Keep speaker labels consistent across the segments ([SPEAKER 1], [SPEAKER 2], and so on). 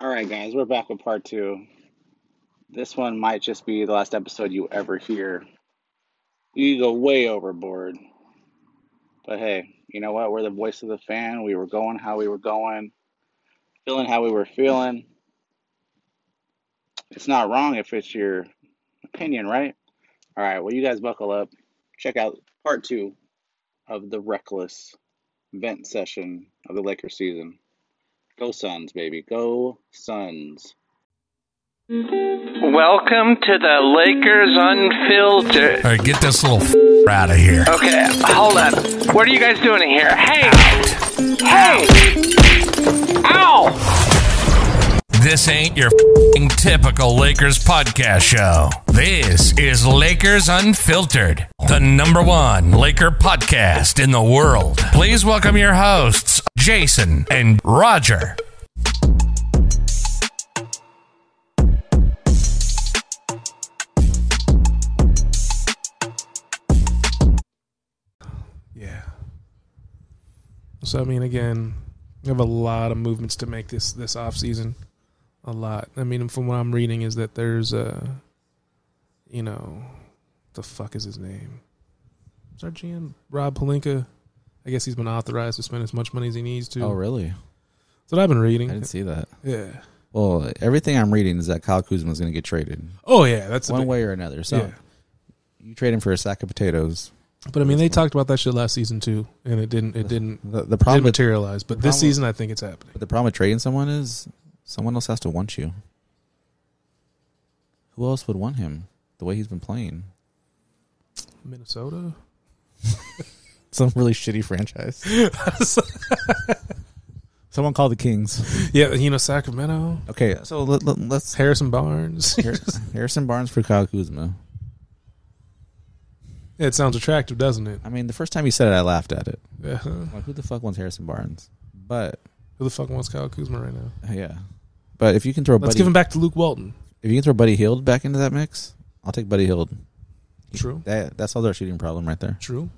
[SPEAKER 1] All right, guys, we're back with part two. This one might just be the last episode you ever hear. You go way overboard. But hey, you know what? We're the voice of the fan. We were going how we were going, feeling how we were feeling. It's not wrong if it's your opinion, right? All right, well, you guys buckle up. Check out part two of the reckless vent session of the Lakers season. Go Suns, baby. Go Suns.
[SPEAKER 2] Welcome to the Lakers Unfiltered.
[SPEAKER 3] All right, get this little f- out of here.
[SPEAKER 2] Okay, hold on. What are you guys doing here? Hey! Hey! Ow!
[SPEAKER 3] This ain't your f***ing typical Lakers podcast show. This is Lakers Unfiltered, the number one Laker podcast in the world. Please welcome your hosts, Jason and Roger.
[SPEAKER 4] Yeah. So I mean, again, we have a lot of movements to make this this off season. A lot. I mean, from what I'm reading, is that there's a, you know, the fuck is his name? Is our GM Rob Palinka? I guess he's been authorized to spend as much money as he needs to.
[SPEAKER 5] Oh, really?
[SPEAKER 4] That's what I've been reading.
[SPEAKER 5] I didn't see that.
[SPEAKER 4] yeah.
[SPEAKER 5] Well, everything I'm reading is that Kyle Kuzma is going to get traded
[SPEAKER 4] Oh yeah, that's the
[SPEAKER 5] one
[SPEAKER 4] big-
[SPEAKER 5] way or another. So
[SPEAKER 4] Yeah.
[SPEAKER 5] you trade him for a sack of potatoes.
[SPEAKER 4] But I mean, they talked about that shit last season too, and it didn't. It didn't.
[SPEAKER 5] The, the
[SPEAKER 4] didn't
[SPEAKER 5] problem with,
[SPEAKER 4] materialize. But this
[SPEAKER 5] problem-
[SPEAKER 4] season, I think it's happening.
[SPEAKER 5] the problem with trading someone is someone else has to want you. Who else would want him? The way he's been playing,
[SPEAKER 4] Minnesota.
[SPEAKER 5] some really shitty franchise. someone called the Kings.
[SPEAKER 4] Yeah, you know Sacramento.
[SPEAKER 5] Okay, so let, let, let's
[SPEAKER 4] Harrison Barnes.
[SPEAKER 5] Harrison Barnes for Kyle Kuzma.
[SPEAKER 4] It sounds attractive, doesn't it?
[SPEAKER 5] I mean, the first time you said it, I laughed at it.
[SPEAKER 4] Yeah. Who
[SPEAKER 5] Like, who the fuck wants Harrison Barnes? But
[SPEAKER 4] the fuck wants Kyle Kuzma right now?
[SPEAKER 5] yeah, but if you can throw
[SPEAKER 4] Let's
[SPEAKER 5] Buddy,
[SPEAKER 4] give him back to Luke Walton.
[SPEAKER 5] if you can throw Buddy Hield back into that mix, I'll take Buddy Hield.
[SPEAKER 4] True.
[SPEAKER 5] That that's all their shooting problem right there.
[SPEAKER 4] True.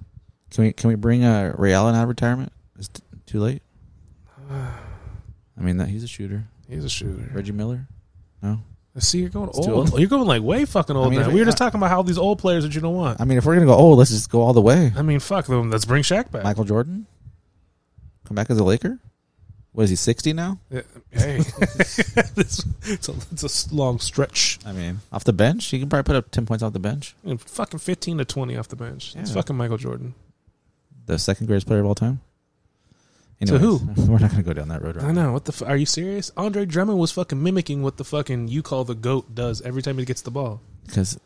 [SPEAKER 5] Can we can we bring uh, Ray Allen out of retirement? It's t- too late. I mean, that he's a shooter.
[SPEAKER 4] He's a shooter.
[SPEAKER 5] Reggie Miller. No,
[SPEAKER 4] See, you're going
[SPEAKER 5] too
[SPEAKER 4] old.
[SPEAKER 5] old.
[SPEAKER 4] You're going like way fucking old
[SPEAKER 5] I mean,
[SPEAKER 4] now.
[SPEAKER 5] if
[SPEAKER 4] We were
[SPEAKER 5] it-
[SPEAKER 4] just talking about how these old players that you don't want.
[SPEAKER 5] I mean, if we're gonna go, oh, let's just go all the way.
[SPEAKER 4] I mean, fuck them. Let's bring Shaq back.
[SPEAKER 5] Michael Jordan, come back as a Laker. What is he sixty now?
[SPEAKER 4] Yeah, Hey, This- it's, a, it's a s- long stretch.
[SPEAKER 5] I mean, off the bench, he can probably put up ten points off the bench.
[SPEAKER 4] You know, fucking fifteen to twenty off the bench. It's
[SPEAKER 5] Yeah.
[SPEAKER 4] fucking Michael Jordan.
[SPEAKER 5] The second greatest player of all time.
[SPEAKER 4] To who?
[SPEAKER 5] We're not gonna go down that road. Right
[SPEAKER 4] I know. What the? F- are you serious? Andre Drummond was fucking mimicking what the fucking you call the goat does every time he gets the ball
[SPEAKER 5] because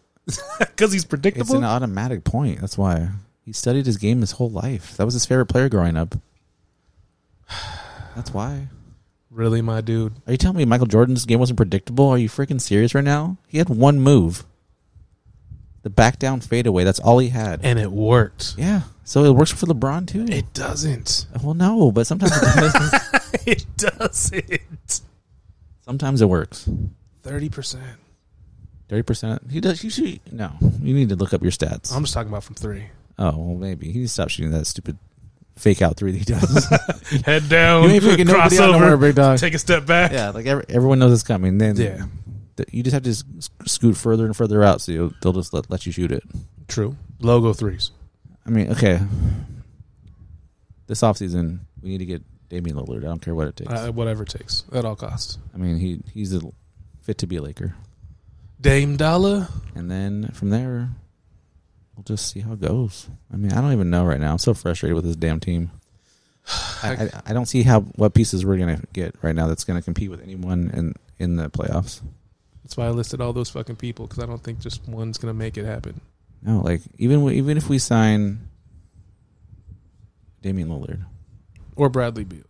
[SPEAKER 4] because he's
[SPEAKER 5] It's
[SPEAKER 4] predictable.
[SPEAKER 5] an automatic point. That's why he studied his game his whole life. That was his favorite player growing up. That's why.
[SPEAKER 4] really, my dude.
[SPEAKER 5] Are you telling me Michael Jordan's game wasn't predictable? Are you freaking serious right now? He had one move, the back down fadeaway. That's all he had.
[SPEAKER 4] and it worked.
[SPEAKER 5] yeah. So it works for LeBron too.
[SPEAKER 4] It doesn't.
[SPEAKER 5] well, no, but sometimes it does.
[SPEAKER 4] It doesn't.
[SPEAKER 5] sometimes it works.
[SPEAKER 4] Thirty percent.
[SPEAKER 5] Thirty percent. He does. You should. No, you need to look up your stats.
[SPEAKER 4] I'm just talking about from three.
[SPEAKER 5] oh, well, maybe he needs to stop shooting that stupid fake out three that he does.
[SPEAKER 4] Head down.
[SPEAKER 5] You ain't freaking nobody out no more, big dog.
[SPEAKER 4] Take a step back.
[SPEAKER 5] yeah, like every, everyone knows it's coming. Then
[SPEAKER 4] Yeah.
[SPEAKER 5] th- you just have to s- scoot further and further out, so you'll, they'll just let, let you shoot it.
[SPEAKER 4] True. Logo threes.
[SPEAKER 5] I mean, okay. This offseason, we need to get Damian Lillard. I don't care what it takes.
[SPEAKER 4] Uh, whatever it takes at all costs.
[SPEAKER 5] I mean, he he's a, fit to be a Laker,
[SPEAKER 4] Dame Dollar.
[SPEAKER 5] and then from there, we'll just see how it goes. I mean, I don't even know right now. I'm so frustrated with this damn team. I, I, I don't see how what pieces we're gonna get right now that's gonna compete with anyone in in the playoffs.
[SPEAKER 4] That's why I listed all those fucking people because I don't think just one's gonna make it happen.
[SPEAKER 5] No, like even w- even if we sign Damian Lillard,
[SPEAKER 4] Or Bradley Beal.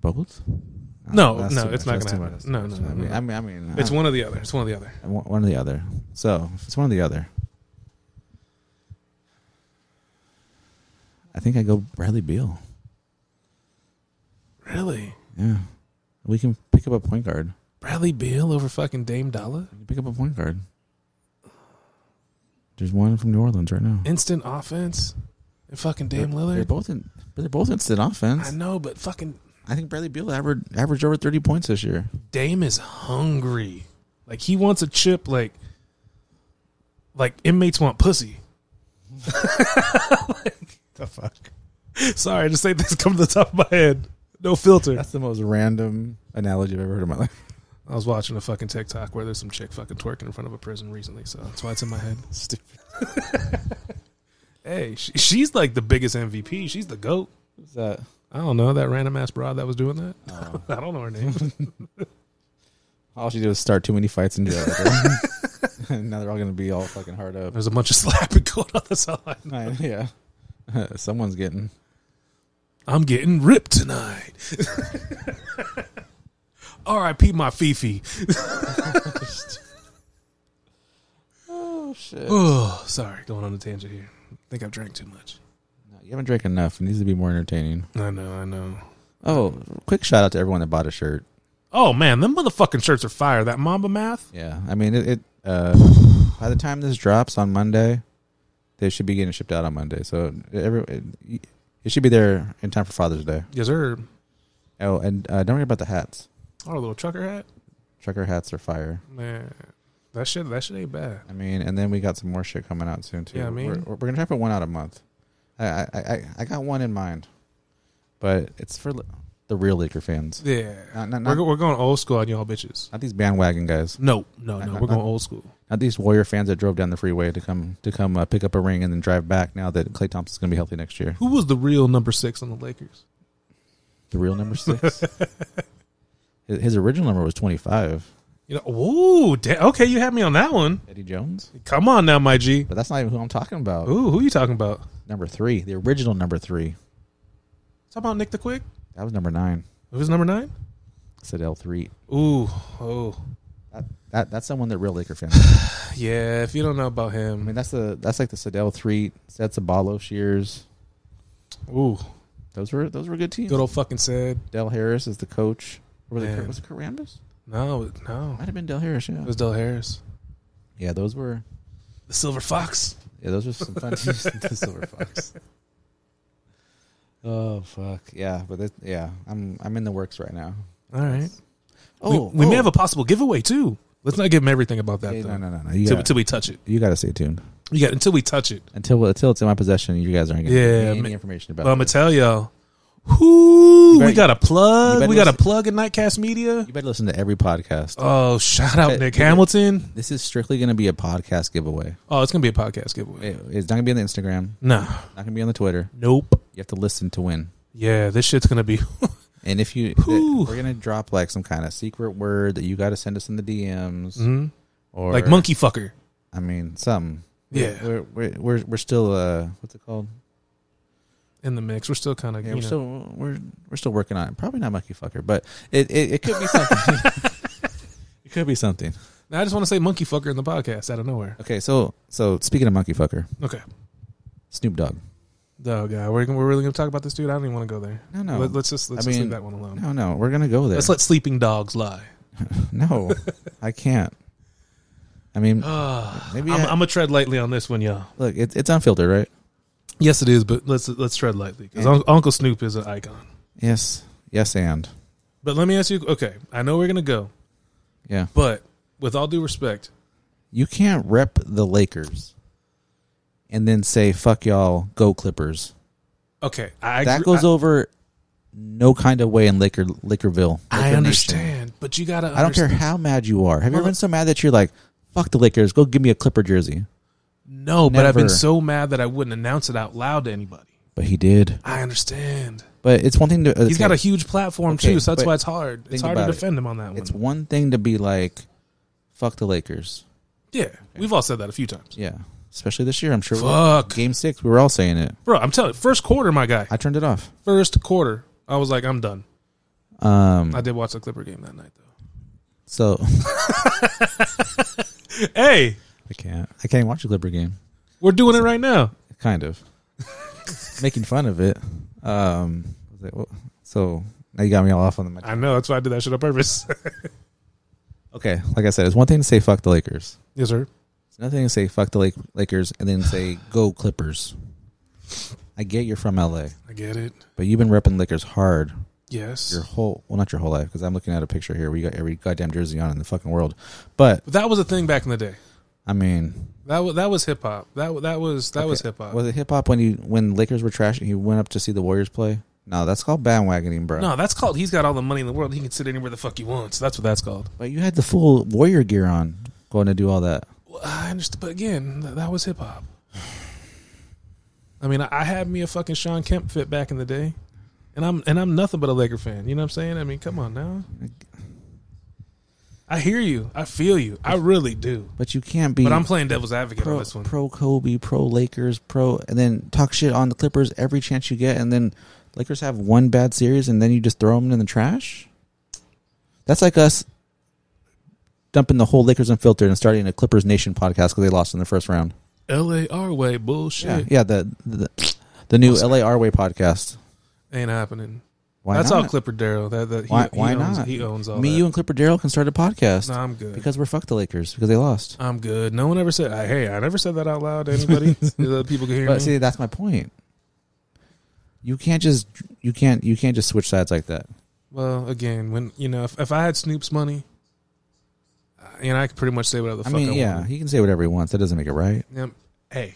[SPEAKER 5] both.
[SPEAKER 4] No,
[SPEAKER 5] that's
[SPEAKER 4] no,
[SPEAKER 5] too
[SPEAKER 4] it's
[SPEAKER 5] much.
[SPEAKER 4] not gonna
[SPEAKER 5] That's too much.
[SPEAKER 4] happen. No,
[SPEAKER 5] That's
[SPEAKER 4] no,
[SPEAKER 5] too
[SPEAKER 4] no,
[SPEAKER 5] much.
[SPEAKER 4] no.
[SPEAKER 5] I mean, I mean, uh,
[SPEAKER 4] It's one or the other. It's one or the other.
[SPEAKER 5] I want one or the other. So if it's one or the other. I think I go Bradley Beal.
[SPEAKER 4] Really?
[SPEAKER 5] Yeah, we can pick up a point guard.
[SPEAKER 4] Bradley Beal over fucking Dame Dollar?
[SPEAKER 5] We can pick up a point guard. There's one from New Orleans right now.
[SPEAKER 4] Instant offense? And fucking Dame
[SPEAKER 5] They're
[SPEAKER 4] Lillard?
[SPEAKER 5] both in. They're both instant offense.
[SPEAKER 4] I know, but fucking
[SPEAKER 5] I think Bradley Beal averaged averaged over thirty points this year.
[SPEAKER 4] Dame is hungry. Like he wants a chip. Like like inmates want pussy. like, the fuck. Sorry, I just think this come to the top of my head. No filter.
[SPEAKER 5] That's the most random analogy I've ever heard in my life.
[SPEAKER 4] I was watching a fucking TikTok where there's some chick fucking twerking in front of a prison recently, so that's why it's in my head.
[SPEAKER 5] Stupid.
[SPEAKER 4] Hey, she, she's like the biggest MVP. She's the goat.
[SPEAKER 5] What's that?
[SPEAKER 4] I don't know that random ass broad that was doing that. I don't know her name.
[SPEAKER 5] All she did was start too many fights in jail. right? And now they're all going to be all fucking hard up.
[SPEAKER 4] There's a bunch of slapping going on the sideline.
[SPEAKER 5] Right, yeah. Someone's getting.
[SPEAKER 4] I'm getting ripped tonight. R.I.P. my Fifi.
[SPEAKER 5] Oh, shit.
[SPEAKER 4] Oh, sorry, going on a tangent here. I think I've drank too much.
[SPEAKER 5] you haven't drank enough. It needs to be more entertaining.
[SPEAKER 4] I know, I know.
[SPEAKER 5] Oh, quick shout out to everyone that bought a shirt.
[SPEAKER 4] Oh man, them motherfucking shirts are fire. That Mamba math.
[SPEAKER 5] Yeah. I mean, it. it uh, by the time this drops on Monday, they should be getting shipped out on Monday. So every, it, it should be there in time for Father's Day.
[SPEAKER 4] Yes, sir.
[SPEAKER 5] Oh, and uh, don't forget about the hats.
[SPEAKER 4] Our little trucker hat.
[SPEAKER 5] Trucker hats are fire.
[SPEAKER 4] Man, that shit, that shit ain't bad.
[SPEAKER 5] I mean, and then we got some more shit coming out soon too.
[SPEAKER 4] Yeah, I mean-
[SPEAKER 5] we're, we're gonna try to put one out a month. I I, I I got one in mind, but it's for li- the real Laker fans,
[SPEAKER 4] Yeah,
[SPEAKER 5] Not- not-
[SPEAKER 4] we're,
[SPEAKER 5] not-
[SPEAKER 4] go- we're going old school on y'all bitches.
[SPEAKER 5] not these bandwagon guys,
[SPEAKER 4] No, no, no.
[SPEAKER 5] not-
[SPEAKER 4] we're going
[SPEAKER 5] not-
[SPEAKER 4] old school.
[SPEAKER 5] not these Warrior fans that drove down the freeway to come to come uh, pick up a ring and then drive back. Now that Clay Thompson's gonna be healthy next year,
[SPEAKER 4] Who was the real number six on the Lakers?
[SPEAKER 5] the real number six. His his original number was twenty five.
[SPEAKER 4] You know, ooh, da- okay, you had me on that one.
[SPEAKER 5] Eddie Jones,
[SPEAKER 4] Come on now, my G.
[SPEAKER 5] but that's not even who I'm talking about.
[SPEAKER 4] Ooh, who you talking about?
[SPEAKER 5] Number three, the original number three.
[SPEAKER 4] Talking about Nick the Quick?
[SPEAKER 5] That was number nine.
[SPEAKER 4] Who was number nine?
[SPEAKER 5] I said L three.
[SPEAKER 4] Ooh, oh,
[SPEAKER 5] That, that that's someone that real Laker fans.
[SPEAKER 4] yeah. If you don't know about
[SPEAKER 5] I mean,
[SPEAKER 4] him,
[SPEAKER 5] that's the that's like the Sedell three sets of Balo Shears.
[SPEAKER 4] ooh,
[SPEAKER 5] Those were those were good teams.
[SPEAKER 4] good old fucking said.
[SPEAKER 5] Del Harris is the coach. Or was, it,
[SPEAKER 4] Man.
[SPEAKER 5] Kurt- was it Kurt Rambis?
[SPEAKER 4] No, it- no,
[SPEAKER 5] Might have been Del Harris. Yeah.
[SPEAKER 4] it was Del Harris,
[SPEAKER 5] Yeah, those were
[SPEAKER 4] the Silver Fox.
[SPEAKER 5] yeah those were some fun teams. the Silver Fox. Oh fuck yeah, but that, yeah, I'm I'm in the works right now.
[SPEAKER 4] All right, we,
[SPEAKER 5] Oh,
[SPEAKER 4] we may
[SPEAKER 5] oh.
[SPEAKER 4] have a possible giveaway too. Let's not give him everything about that
[SPEAKER 5] Hey,
[SPEAKER 4] though.
[SPEAKER 5] no no no no. You
[SPEAKER 4] Till,
[SPEAKER 5] got
[SPEAKER 4] till we touch it,
[SPEAKER 5] you got to stay tuned
[SPEAKER 4] you got until we touch it.
[SPEAKER 5] until until it's in my possession. You guys aren't gonna
[SPEAKER 4] Yeah,
[SPEAKER 5] get any
[SPEAKER 4] ma-
[SPEAKER 5] information about.
[SPEAKER 4] But I'm gonna
[SPEAKER 5] this.
[SPEAKER 4] tell y'all, whoo,
[SPEAKER 5] Uh, better-
[SPEAKER 4] we got a
[SPEAKER 5] you
[SPEAKER 4] plug.
[SPEAKER 5] better
[SPEAKER 4] We got a
[SPEAKER 5] listen-
[SPEAKER 4] plug in Nightcast Media.
[SPEAKER 5] you better listen to every podcast.
[SPEAKER 4] Oh, shout out
[SPEAKER 5] bet-
[SPEAKER 4] Nick
[SPEAKER 5] you bet-
[SPEAKER 4] Hamilton.
[SPEAKER 5] This is strictly going to be a podcast giveaway.
[SPEAKER 4] Oh, it's gonna be a podcast giveaway.
[SPEAKER 5] It- It's not going to be on the Instagram.
[SPEAKER 4] Nah,
[SPEAKER 5] Not gonna be on the Twitter.
[SPEAKER 4] nope.
[SPEAKER 5] You have to listen to win.
[SPEAKER 4] Yeah, this shit's gonna be.
[SPEAKER 5] And if you,
[SPEAKER 4] Whew.
[SPEAKER 5] we're gonna drop like some kind of secret word that you got to send us in the DMs
[SPEAKER 4] Mhm.
[SPEAKER 5] or
[SPEAKER 4] like monkey fucker.
[SPEAKER 5] I mean, some.
[SPEAKER 4] Yeah.
[SPEAKER 5] we're we're we're, we're still uh, what's it called?
[SPEAKER 4] in the mix. We're still kind of
[SPEAKER 5] Yeah,
[SPEAKER 4] you
[SPEAKER 5] we're
[SPEAKER 4] know,
[SPEAKER 5] still we're we're still working on it. Probably not monkey fucker, but it it, it could be something. it could be something.
[SPEAKER 4] Now, I just want to say monkey fucker in the podcast out of nowhere.
[SPEAKER 5] Okay, so so speaking of monkey fucker,
[SPEAKER 4] Okay.
[SPEAKER 5] Snoop Dogg.
[SPEAKER 4] Oh god, we're we're really gonna talk about this dude. I don't even want to go there.
[SPEAKER 5] No, no.
[SPEAKER 4] Let, us just let's
[SPEAKER 5] I
[SPEAKER 4] just
[SPEAKER 5] mean,
[SPEAKER 4] leave that one alone.
[SPEAKER 5] No, no, we're gonna go there.
[SPEAKER 4] Let's let sleeping dogs lie.
[SPEAKER 5] no, I can't. I mean,
[SPEAKER 4] I'm,
[SPEAKER 5] maybe I,
[SPEAKER 4] I'm gonna tread lightly on this one, y'all.
[SPEAKER 5] look. It, it's unfiltered, right?
[SPEAKER 4] Yes, it is, but let's let's tread lightly because Uncle Snoop is an icon.
[SPEAKER 5] Yes, yes, and
[SPEAKER 4] But let me ask you. Okay, I know we're gonna go,
[SPEAKER 5] yeah.
[SPEAKER 4] but with all due respect,
[SPEAKER 5] You can't rep the Lakers and then say fuck y'all, go Clippers.
[SPEAKER 4] okay, I
[SPEAKER 5] That
[SPEAKER 4] agree-
[SPEAKER 5] goes
[SPEAKER 4] I,
[SPEAKER 5] over no kind of way in Laker Lakerville. Laker
[SPEAKER 4] I
[SPEAKER 5] Nation.
[SPEAKER 4] understand, but you gotta.
[SPEAKER 5] I don't care
[SPEAKER 4] understand-
[SPEAKER 5] how mad you are. Have you
[SPEAKER 4] Well,
[SPEAKER 5] ever been so mad that you're like, fuck the Lakers, go give me a Clipper jersey?
[SPEAKER 4] No, but I've been
[SPEAKER 5] Never.
[SPEAKER 4] so mad that I wouldn't announce it out loud to anybody.
[SPEAKER 5] But he did.
[SPEAKER 4] I understand.
[SPEAKER 5] But it's one thing to
[SPEAKER 4] He's got a huge platform
[SPEAKER 5] Okay,
[SPEAKER 4] too, so that's
[SPEAKER 5] but
[SPEAKER 4] why it's hard.
[SPEAKER 5] think
[SPEAKER 4] It's hard to
[SPEAKER 5] about it.
[SPEAKER 4] defend him on that one.
[SPEAKER 5] it's one thing to be like, fuck the Lakers.
[SPEAKER 4] yeah, we've all said that a few times,
[SPEAKER 5] Yeah. Especially this year, I'm sure.
[SPEAKER 4] Fuck.
[SPEAKER 5] Game six, we were all saying it.
[SPEAKER 4] bro. I'm telling you, first quarter, my guy,
[SPEAKER 5] I turned it off.
[SPEAKER 4] first quarter, I was like, I'm done.
[SPEAKER 5] Um
[SPEAKER 4] I did watch the Clipper game that night though.
[SPEAKER 5] so
[SPEAKER 4] Hey,
[SPEAKER 5] I can't. I can't even watch a Clipper game.
[SPEAKER 4] we're doing it right now.
[SPEAKER 5] kind of making fun of it. Um, was it- well, so now you got me all off on the.
[SPEAKER 4] I know that's why I did that shit on purpose.
[SPEAKER 5] Okay, like I said, it's one thing to say fuck the Lakers.
[SPEAKER 4] yes, sir.
[SPEAKER 5] It's another thing to say fuck the Lake- Lakers and then say go Clippers. I get you're from LA,
[SPEAKER 4] I get it.
[SPEAKER 5] but you've been repping Lakers hard
[SPEAKER 4] Yes.
[SPEAKER 5] your whole well not your whole life because I'm looking at a picture here where you got every goddamn jersey on in the fucking world. But
[SPEAKER 4] But that was a thing back in the day.
[SPEAKER 5] I mean,
[SPEAKER 4] That was that was hip hop. That wa- that was that was hip hop.
[SPEAKER 5] was it hip hop when you when Lakers were trashing? You went up to see the Warriors play. No, that's called bandwagoning, bro.
[SPEAKER 4] No, that's called. He's got all the money in the world. He can sit anywhere the fuck he wants. That's what that's called.
[SPEAKER 5] But you had the full Warrior gear on going to do all that.
[SPEAKER 4] Well, I understand, but again, th- that was hip hop. I mean, I, I had me a fucking Sean Kemp fit back in the day, and I'm and I'm nothing but a Laker fan. You know what I'm saying? I mean, come on now. I hear you. I feel you. I really do.
[SPEAKER 5] But you can't be.
[SPEAKER 4] But I'm playing devil's advocate on
[SPEAKER 5] pro,
[SPEAKER 4] this one.
[SPEAKER 5] pro Kobe, pro Lakers, pro, and then talk shit on the Clippers every chance you get, and then Lakers have one bad series, and then you just throw them in the trash. That's like us dumping the whole Lakers unfiltered and starting a Clippers Nation podcast because they lost in the first round.
[SPEAKER 4] L.A. our way
[SPEAKER 5] Yeah,
[SPEAKER 4] bullshit
[SPEAKER 5] yeah. The the, the new LAR way podcast.
[SPEAKER 4] ain't happening.
[SPEAKER 5] Why
[SPEAKER 4] that's
[SPEAKER 5] not?
[SPEAKER 4] all Clipper Darrow. That, that he,
[SPEAKER 5] Why,
[SPEAKER 4] he
[SPEAKER 5] why
[SPEAKER 4] owns,
[SPEAKER 5] not?
[SPEAKER 4] He owns all
[SPEAKER 5] Me,
[SPEAKER 4] that.
[SPEAKER 5] you, and Clipper Daryl can start a podcast
[SPEAKER 4] No, I'm good.
[SPEAKER 5] because we're fuck the Lakers because they lost.
[SPEAKER 4] I'm good. No one ever said, I, "Hey, I never said that out loud to anybody." The other people can hear me.
[SPEAKER 5] But see, that's my point. You can't just you can't you can't just switch sides like that.
[SPEAKER 4] well, again, when you know, if, if I had Snoop's money, uh, you know, I could pretty much say whatever the
[SPEAKER 5] I
[SPEAKER 4] fuck
[SPEAKER 5] mean,
[SPEAKER 4] I
[SPEAKER 5] yeah,
[SPEAKER 4] wanted.
[SPEAKER 5] he can say whatever he wants. That doesn't make it right.
[SPEAKER 4] Yeah. Hey,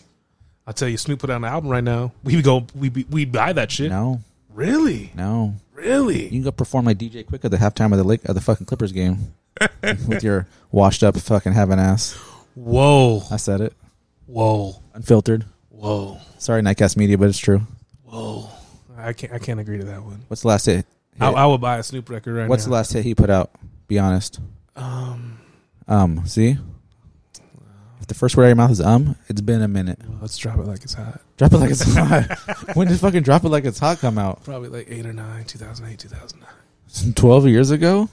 [SPEAKER 4] I'll tell you, Snoop put out an album right now. We go, we be, we buy that shit.
[SPEAKER 5] No,
[SPEAKER 4] Really,
[SPEAKER 5] no. You
[SPEAKER 4] really.
[SPEAKER 5] can go perform like DJ Quick at the halftime of the Lake of the fucking Clippers game with your washed up fucking having ass.
[SPEAKER 4] Whoa,
[SPEAKER 5] I said it.
[SPEAKER 4] whoa,
[SPEAKER 5] Unfiltered.
[SPEAKER 4] whoa,
[SPEAKER 5] Sorry, Nightcast Media, but it's true.
[SPEAKER 4] whoa. I can't, I can't agree to that one.
[SPEAKER 5] What's the last hit?
[SPEAKER 4] I, I would buy a Snoop record right
[SPEAKER 5] What's the
[SPEAKER 4] now.
[SPEAKER 5] last hit he put out? Be honest. Um. Um. See. If the first word out of your mouth is um, it's been a minute.
[SPEAKER 4] Let's drop it like it's hot.
[SPEAKER 5] Drop it like it's hot. when did fucking drop it like it's hot come out?
[SPEAKER 4] Probably like eight or nine, two thousand eight, two thousand nine.
[SPEAKER 5] Twelve years ago.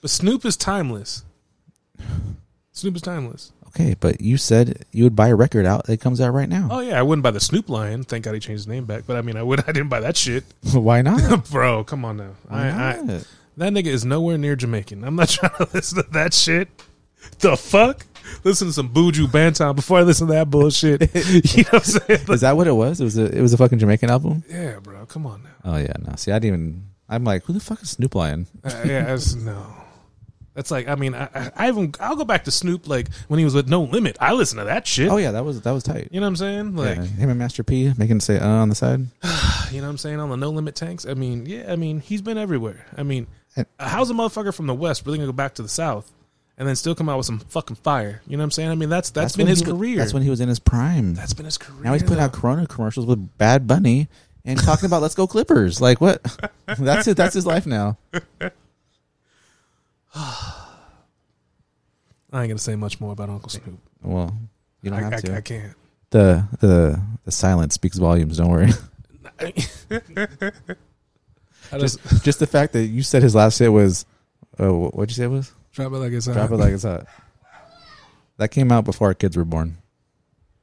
[SPEAKER 4] But Snoop is timeless. Snoop is timeless.
[SPEAKER 5] Okay, but you said you would buy a record out that comes out right now.
[SPEAKER 4] Oh yeah, I wouldn't buy the Snoop Lion. Thank God he changed his name back. But I mean, I would. I didn't buy that shit,
[SPEAKER 5] Oh. Why not?
[SPEAKER 4] bro. Come on now. I, I,
[SPEAKER 5] Not.
[SPEAKER 4] that nigga is nowhere near Jamaican. I'm not trying to listen to that shit. The fuck? Listen to some Buju Banton before I listen to that bullshit. you know what I'm saying? Like,
[SPEAKER 5] Is that what it was? It was a it was a fucking Jamaican album.
[SPEAKER 4] yeah, bro. Come on now.
[SPEAKER 5] Oh yeah, no. See, I didn't even. I'm like, who the fuck is Snoop Lion?
[SPEAKER 4] Uh, yeah, that's, no. That's like I mean I, I, I even I'll go back to Snoop like when he was with No Limit. I listen to that shit.
[SPEAKER 5] Oh yeah, that was that was tight.
[SPEAKER 4] You know what I'm saying? Like
[SPEAKER 5] Yeah, him and Master P making it say uh, on the side.
[SPEAKER 4] You know what I'm saying? On the no limit tanks. I mean, yeah, I mean, he's been everywhere. I mean,
[SPEAKER 5] And-
[SPEAKER 4] how's a motherfucker from the West really gonna go back to the South and then still come out with some fucking fire? You know what I'm saying? I mean, that's that's been
[SPEAKER 5] when
[SPEAKER 4] his
[SPEAKER 5] he was-
[SPEAKER 4] career.
[SPEAKER 5] That's when he was in his prime.
[SPEAKER 4] that's been his career.
[SPEAKER 5] now he's putting out
[SPEAKER 4] though.
[SPEAKER 5] Corona commercials with Bad Bunny and talking about "Let's Go Clippers." Like what? that's it. That's his life now.
[SPEAKER 4] I ain't gonna say much more about Uncle Snoop.
[SPEAKER 5] Well, you don't
[SPEAKER 4] I,
[SPEAKER 5] have
[SPEAKER 4] I,
[SPEAKER 5] to.
[SPEAKER 4] I can't.
[SPEAKER 5] the the the silence speaks volumes. Don't worry.
[SPEAKER 4] I just
[SPEAKER 5] Just the fact that you said his last hit was, uh, wh- what'd you say it was?
[SPEAKER 4] drop it like it's hot.
[SPEAKER 5] Drop it like it's hot. That came out before our kids were born.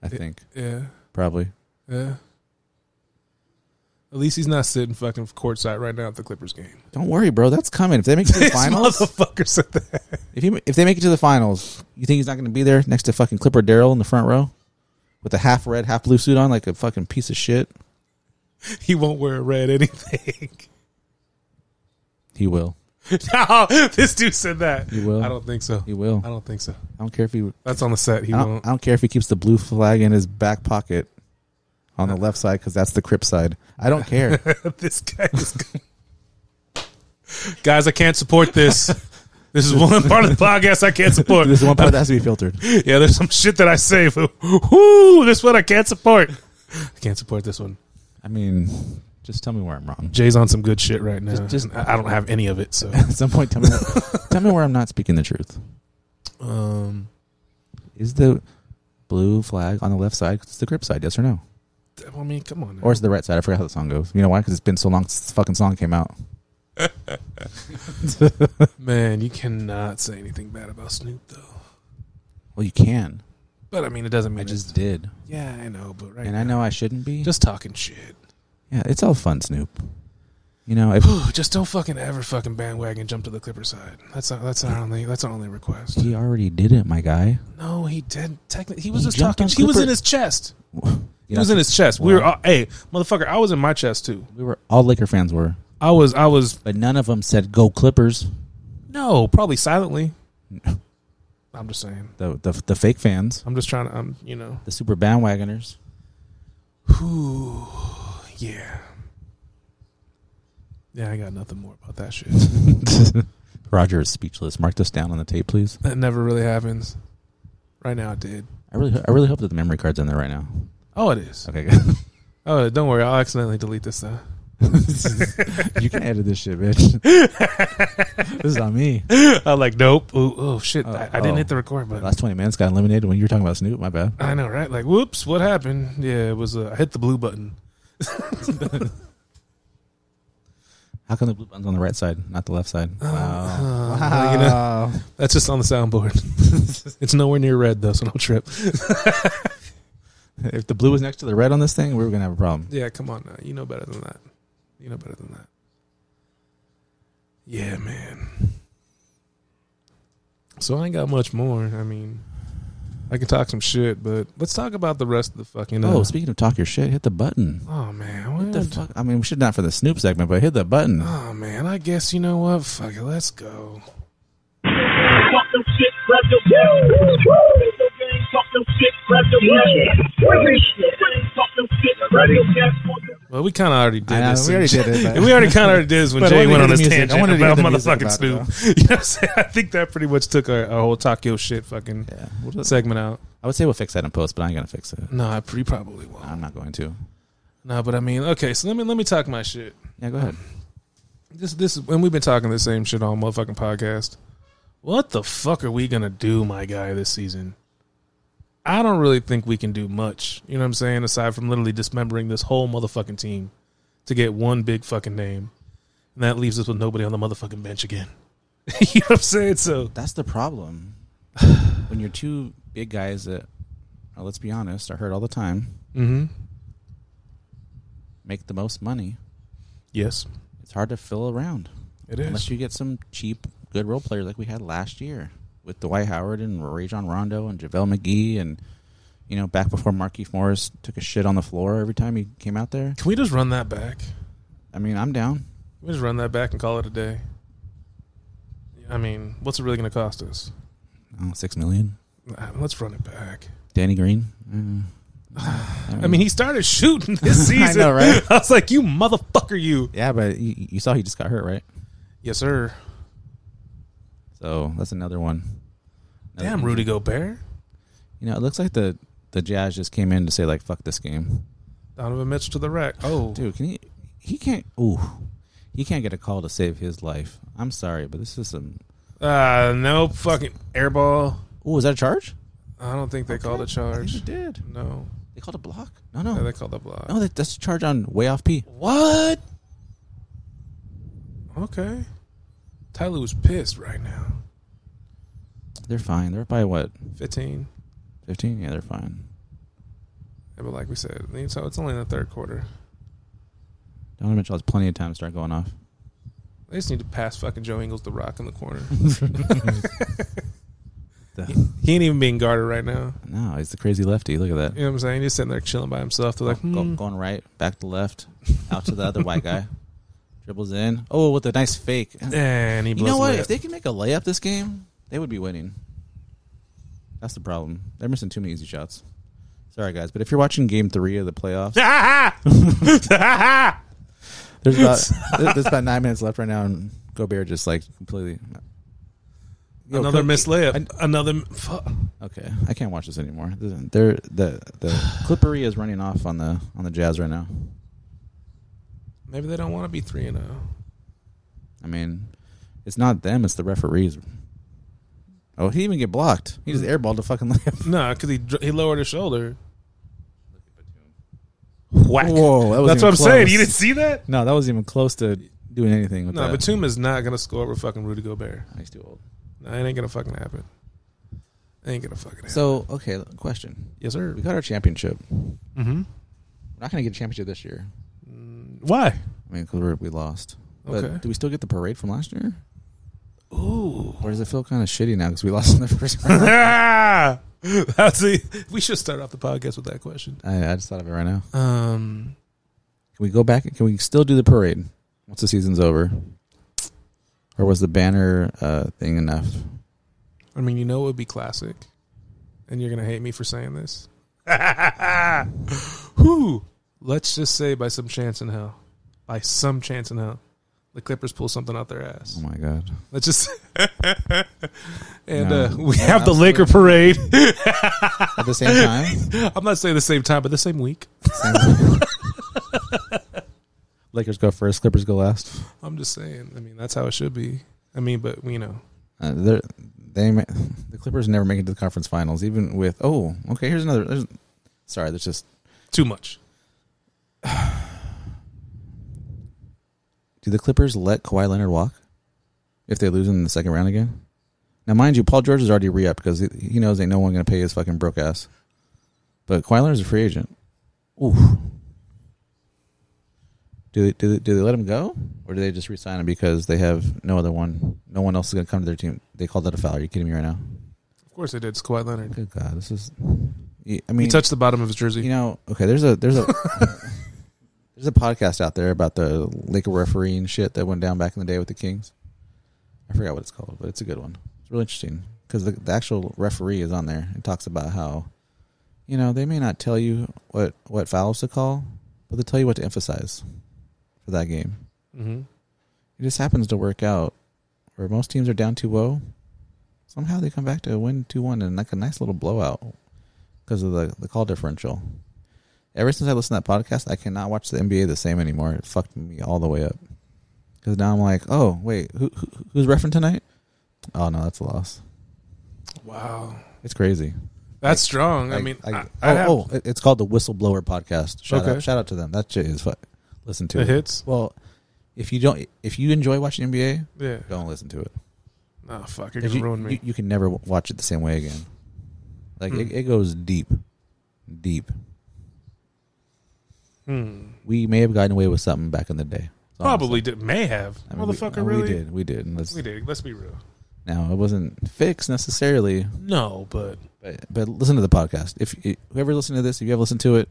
[SPEAKER 5] I think
[SPEAKER 4] yeah,
[SPEAKER 5] probably.
[SPEAKER 4] yeah. At least he's not sitting fucking courtside right now at the Clippers game.
[SPEAKER 5] Don't worry, bro. That's coming. If they make it to the
[SPEAKER 4] This
[SPEAKER 5] finals,
[SPEAKER 4] motherfucker said that.
[SPEAKER 5] if he, if they make it to the finals, you think he's not going to be there next to fucking Clipper Daryl in the front row with a half red, half blue suit on, like a fucking piece of shit?
[SPEAKER 4] He won't wear a red anything.
[SPEAKER 5] He will.
[SPEAKER 4] no, this dude said that.
[SPEAKER 5] He will.
[SPEAKER 4] I don't think so.
[SPEAKER 5] He will.
[SPEAKER 4] I don't think so.
[SPEAKER 5] I don't care if he. I
[SPEAKER 4] That's on the set. He
[SPEAKER 5] don't,
[SPEAKER 4] won't.
[SPEAKER 5] I don't care if he keeps the blue flag in his back pocket on
[SPEAKER 4] Uh.
[SPEAKER 5] the left side because that's the Crip side. I don't care.
[SPEAKER 4] this guy is. Guys, I can't support this. This is one part of the podcast I can't support.
[SPEAKER 5] There's one part that has to be filtered.
[SPEAKER 4] yeah, there's some shit that I say. but, Whoo, this one I can't support. I can't support this one.
[SPEAKER 5] I mean, just tell me where I'm wrong.
[SPEAKER 4] Jay's on some good shit right now.
[SPEAKER 5] Just- just-
[SPEAKER 4] I I don't have any of it. So,
[SPEAKER 5] At some point, tell me, tell me where I'm not speaking the truth.
[SPEAKER 4] um,
[SPEAKER 5] Is the blue flag on the left side? 'Cause it's the Crip side, yes or no?
[SPEAKER 4] I mean, come on. now.
[SPEAKER 5] Or it's the right side? I forgot how the song goes. You know why? Because it's been so long since the fucking song came out.
[SPEAKER 4] man, you cannot say anything bad about Snoop though.
[SPEAKER 5] Well, you can.
[SPEAKER 4] But I mean, it doesn't mean
[SPEAKER 5] I just
[SPEAKER 4] it's-
[SPEAKER 5] did,
[SPEAKER 4] Yeah, I know, but right
[SPEAKER 5] and
[SPEAKER 4] now,
[SPEAKER 5] I know I shouldn't be.
[SPEAKER 4] just talking shit.
[SPEAKER 5] yeah, it's all fun, Snoop. You know, if
[SPEAKER 4] Just don't fucking ever fucking bandwagon jump to the Clipper side. That's not, that's our only that's our only request.
[SPEAKER 5] he already did it, my guy.
[SPEAKER 4] No, he did. Technically, he was
[SPEAKER 5] He
[SPEAKER 4] just
[SPEAKER 5] jumped
[SPEAKER 4] talking.
[SPEAKER 5] on
[SPEAKER 4] He was
[SPEAKER 5] Clipper-
[SPEAKER 4] in his chest.
[SPEAKER 5] You
[SPEAKER 4] uh, He was in his chest. We were all, hey, motherfucker. I was in my chest too.
[SPEAKER 5] we were all Laker fans were.
[SPEAKER 4] I was I was
[SPEAKER 5] But none of them said go Clippers.
[SPEAKER 4] no, probably silently. I'm just saying.
[SPEAKER 5] The the, the fake fans,
[SPEAKER 4] I'm just trying to. I'm you know.
[SPEAKER 5] the super bandwagoners.
[SPEAKER 4] Yeah. Yeah, I got nothing more about that shit.
[SPEAKER 5] Roger is speechless. Mark this down on the tape, please.
[SPEAKER 4] that never really happens. Right now, it did.
[SPEAKER 5] I really I really hope that the memory card's in there right now.
[SPEAKER 4] Oh, it is.
[SPEAKER 5] Okay, good.
[SPEAKER 4] Oh, don't worry. I'll accidentally delete this though.
[SPEAKER 5] you can edit this shit, bitch. this is on me.
[SPEAKER 4] I like nope. Ooh, oh shit! I, I
[SPEAKER 5] oh.
[SPEAKER 4] didn't hit the record button.
[SPEAKER 5] Last twenty minutes got eliminated when you were talking about Snoop. My bad.
[SPEAKER 4] I know, right? Like, whoops, what happened? Yeah, it was. Uh, I hit the blue button.
[SPEAKER 5] How come the blue button's on the right side, not the left side? Wow.
[SPEAKER 4] Uh, you know, that's just on the soundboard. it's nowhere near red though, so don't trip.
[SPEAKER 5] if the blue was next to the red on this thing, we were gonna have a problem.
[SPEAKER 4] Yeah, come on now. You know better than that. You know better than that. Yeah, man. So I ain't got much more. I mean, I can talk some shit, but let's talk about the rest of the fucking.
[SPEAKER 5] Oh,
[SPEAKER 4] uh,
[SPEAKER 5] speaking of talk your shit, hit the button.
[SPEAKER 4] oh man, what
[SPEAKER 5] What the fuck? I mean, we should not for the Snoop segment, but hit the button.
[SPEAKER 4] Oh man, I guess you know what? Fuck it, let's go.
[SPEAKER 6] Talk your shit, grab your game. Talk your shit, grab your game. Talk your shit, grab your game.
[SPEAKER 4] Well, we kind of already did
[SPEAKER 5] I know,
[SPEAKER 4] this.
[SPEAKER 5] we already
[SPEAKER 4] and-
[SPEAKER 5] did it, but-
[SPEAKER 4] we already kind of already did this when
[SPEAKER 5] But I
[SPEAKER 4] Jay
[SPEAKER 5] wanted
[SPEAKER 4] went
[SPEAKER 5] to
[SPEAKER 4] on his
[SPEAKER 5] hear the music.
[SPEAKER 4] tangent
[SPEAKER 5] I wanted to hear
[SPEAKER 4] about
[SPEAKER 5] the music
[SPEAKER 4] motherfucking
[SPEAKER 5] about it,
[SPEAKER 4] Snoop. You know what I'm saying? I think that pretty much took our, our whole talk your shit fucking segment out.
[SPEAKER 5] I would say we'll fix that in post, but I ain't gonna fix it.
[SPEAKER 4] No, I pre probably won't.
[SPEAKER 5] I'm not going to.
[SPEAKER 4] No, but I mean, okay, so let me let me talk my shit.
[SPEAKER 5] Yeah, go ahead.
[SPEAKER 4] This this is and we've been talking the same shit on motherfucking podcast. What the fuck are we gonna do, my guy, this season? I don't really think we can do much. You know what I'm saying? Aside from literally dismembering this whole motherfucking team to get one big fucking name. And that leaves us with nobody on the motherfucking bench again. you know what I'm saying? So
[SPEAKER 5] That's the problem. when you're two big guys that, uh, let's be honest, are hurt all the time,
[SPEAKER 4] mm-hmm.
[SPEAKER 5] make the most money.
[SPEAKER 4] Yes.
[SPEAKER 5] It's hard to fill around
[SPEAKER 4] It is.
[SPEAKER 5] unless you get some cheap, good role players like we had last year with Dwight Howard and Rajon Rondo and JaVale McGee and. You know, back before Markeith Morris took a shit on the floor every time he came out there.
[SPEAKER 4] can we just run that back? Can
[SPEAKER 5] I mean, I'm down.
[SPEAKER 4] we just run that back and call it a day? I mean, what's it really gonna cost us?
[SPEAKER 5] Oh, six million.
[SPEAKER 4] Nah, Let's run it back.
[SPEAKER 5] Danny Green. Mm.
[SPEAKER 4] I mean, he started shooting this season. I
[SPEAKER 5] know, right?
[SPEAKER 4] I was like, you motherfucker, you.
[SPEAKER 5] Yeah, but you, you saw he just got hurt, right?
[SPEAKER 4] Yes, sir.
[SPEAKER 5] So that's another one. Another-
[SPEAKER 4] Damn, Rudy Gobert.
[SPEAKER 5] You know, it looks like the the Jazz just came in to say like, "Fuck this game,
[SPEAKER 4] Donovan Mitchell to the rack. Oh,
[SPEAKER 5] dude." Can he? He can't. Ooh, he can't get a call to save his life. I'm sorry, but this is some.
[SPEAKER 4] Uh, no fucking airball.
[SPEAKER 5] Ooh, is that a charge?
[SPEAKER 4] I don't think they called a charge.
[SPEAKER 5] did.
[SPEAKER 4] No,
[SPEAKER 5] They called a block. No, no,
[SPEAKER 4] Yeah, they called a block.
[SPEAKER 5] no. That, that's a charge on way off P.
[SPEAKER 4] Oh, What? Okay. Tyler was pissed right now.
[SPEAKER 5] They're fine. They're by what?
[SPEAKER 4] 15.
[SPEAKER 5] Fifteen? Yeah, they're fine.
[SPEAKER 4] Yeah, but like we said, so it's only in the third quarter.
[SPEAKER 5] Donovan Mitchell has plenty of time to start going off.
[SPEAKER 4] They just need to pass fucking Joe Ingles the rock in the corner.
[SPEAKER 5] The-
[SPEAKER 4] he ain't even being guarded right now.
[SPEAKER 5] no, he's the crazy lefty. Look at that.
[SPEAKER 4] You know what I'm saying? He's sitting there chilling by himself. They're like,
[SPEAKER 5] Go,
[SPEAKER 4] hmm.
[SPEAKER 5] going right, back to left, out to the other white guy. Dribbles in. Oh, with a nice fake.
[SPEAKER 4] And he
[SPEAKER 5] You
[SPEAKER 4] blows
[SPEAKER 5] know what?
[SPEAKER 4] away.
[SPEAKER 5] If they can make a layup this game, they would be winning. That's the problem. They're missing too many easy shots. Sorry, guys, but if you're watching Game Three of the playoffs,
[SPEAKER 4] Ah,
[SPEAKER 5] there's about there- there's about nine minutes left right now, and Gobert just like completely. Yo,
[SPEAKER 4] another
[SPEAKER 5] Cook-
[SPEAKER 4] missed layup. another. m- Fuck.
[SPEAKER 5] Okay, I can't watch this anymore. They're, the the Clippery is running off on the on the Jazz right now.
[SPEAKER 4] Maybe they don't want to be three and oh. zero.
[SPEAKER 5] I mean, it's not them; it's the referees. Oh, he didn't even get blocked. He just
[SPEAKER 4] Mm.
[SPEAKER 5] airballed the fucking layup.
[SPEAKER 4] No, because he dr- he lowered his shoulder. Whack.
[SPEAKER 5] Whoa, that was
[SPEAKER 4] That's
[SPEAKER 5] even
[SPEAKER 4] what I'm saying.
[SPEAKER 5] close.
[SPEAKER 4] You didn't see that?
[SPEAKER 5] No, that wasn't even close to doing anything with
[SPEAKER 4] No,
[SPEAKER 5] that.
[SPEAKER 4] Batum is not gonna score with fucking Rudy Gobert.
[SPEAKER 5] He's too old.
[SPEAKER 4] No, it ain't gonna fucking happen. It ain't gonna fucking happen.
[SPEAKER 5] So, okay, question.
[SPEAKER 4] yes, sir.
[SPEAKER 5] We got our championship. Mm-hmm. We're not going to get a championship this year.
[SPEAKER 4] Why?
[SPEAKER 5] I mean, 'cause we're- we lost. But
[SPEAKER 4] Okay.
[SPEAKER 5] do we still get the parade from last year?
[SPEAKER 4] Ooh.
[SPEAKER 5] Or does it feel kind of shitty now because we lost in the first round?
[SPEAKER 4] Ah! That's the. We should start off the podcast with that question.
[SPEAKER 5] I, I just thought of it right now.
[SPEAKER 4] Um.
[SPEAKER 5] Can we go back? Can we still do the parade? once the season's over? Or was the banner uh, thing enough?
[SPEAKER 4] I mean, you know it would be classic, and you're gonna hate me for saying this. Whew. Let's just say by some chance in hell, by some chance in hell, the Clippers pull something out their
[SPEAKER 5] Oh
[SPEAKER 4] ass.
[SPEAKER 5] my god!
[SPEAKER 4] Let's just, and
[SPEAKER 5] No.
[SPEAKER 4] uh, we have the liquor parade.
[SPEAKER 5] At the same time,
[SPEAKER 4] I'm not saying the same time, but the same week.
[SPEAKER 5] Lakers go first, Clippers go last.
[SPEAKER 4] I'm just saying. I mean, that's how it should be. I mean, but you know,
[SPEAKER 5] Uh, they're- they ma- the Clippers never make it to the conference finals, even with oh okay. Here's another. There's, sorry, there's just
[SPEAKER 4] too much.
[SPEAKER 5] do the Clippers let Kawhi Leonard walk if they lose in the second round again? Now, mind you, Paul George is already re up because he, he knows ain't no one going to pay his fucking broke ass. But Kawhi Leonard's a free agent. Oof. Do they, do, they, do they let him go, or do they just resign him because they have no other one? No one else is going to come to their team. They called that a foul. Are you kidding me right now?
[SPEAKER 4] Of course, they did. It's Kawhi Leonard.
[SPEAKER 5] Good God, this is. I mean,
[SPEAKER 4] He touched the bottom of his jersey.
[SPEAKER 5] you know, okay, there's a there's a there's a podcast out there about the Laker refereeing shit that went down back in the day with the Kings. I forgot what it's called, but it's a good one. It's really interesting because the, the actual referee is on there and talks about how, you know, they may not tell you what what fouls to call, but they will tell you what to emphasize for that game.
[SPEAKER 4] Mhm.
[SPEAKER 5] It just happens to work out where most teams are down 2-0. Somehow they come back to win 2-1 and like a nice little blowout because of the, the call differential. Ever since I listened to that podcast, I cannot watch the NBA the same anymore. It fucked me all the way up. Because now I'm like, oh, wait, who, who who's refing tonight? Oh, no, that's a loss.
[SPEAKER 4] Wow,
[SPEAKER 5] It's crazy.
[SPEAKER 4] that's strong. I, mean, I, I
[SPEAKER 5] oh,
[SPEAKER 4] have-
[SPEAKER 5] oh, it- it's called the Whistleblower Podcast. Shout
[SPEAKER 4] Okay.
[SPEAKER 5] out, shout out to them. That shit is fuck. Listen to
[SPEAKER 4] It
[SPEAKER 5] it.
[SPEAKER 4] hits?
[SPEAKER 5] Well, if you don't, if you enjoy watching NBA,
[SPEAKER 4] yeah.
[SPEAKER 5] don't listen to it.
[SPEAKER 4] Oh fuck, you're
[SPEAKER 5] 'Cause
[SPEAKER 4] gonna
[SPEAKER 5] You,
[SPEAKER 4] ruin me.
[SPEAKER 5] you- you can never w- watch it the same way again. Like
[SPEAKER 4] Hmm.
[SPEAKER 5] it, it goes deep, deep. We may have gotten away with something back in the day. That's all I'm
[SPEAKER 4] Hmm. Probably did. May have.
[SPEAKER 5] saying. I mean,
[SPEAKER 4] Motherfucker,
[SPEAKER 5] we, no,
[SPEAKER 4] really?
[SPEAKER 5] We did. We did. And let's-
[SPEAKER 4] We did. Let's be real.
[SPEAKER 5] Now it wasn't fixed necessarily,
[SPEAKER 4] No, but
[SPEAKER 5] but but listen to the podcast. If you- whoever listened to this, if you have listened to it,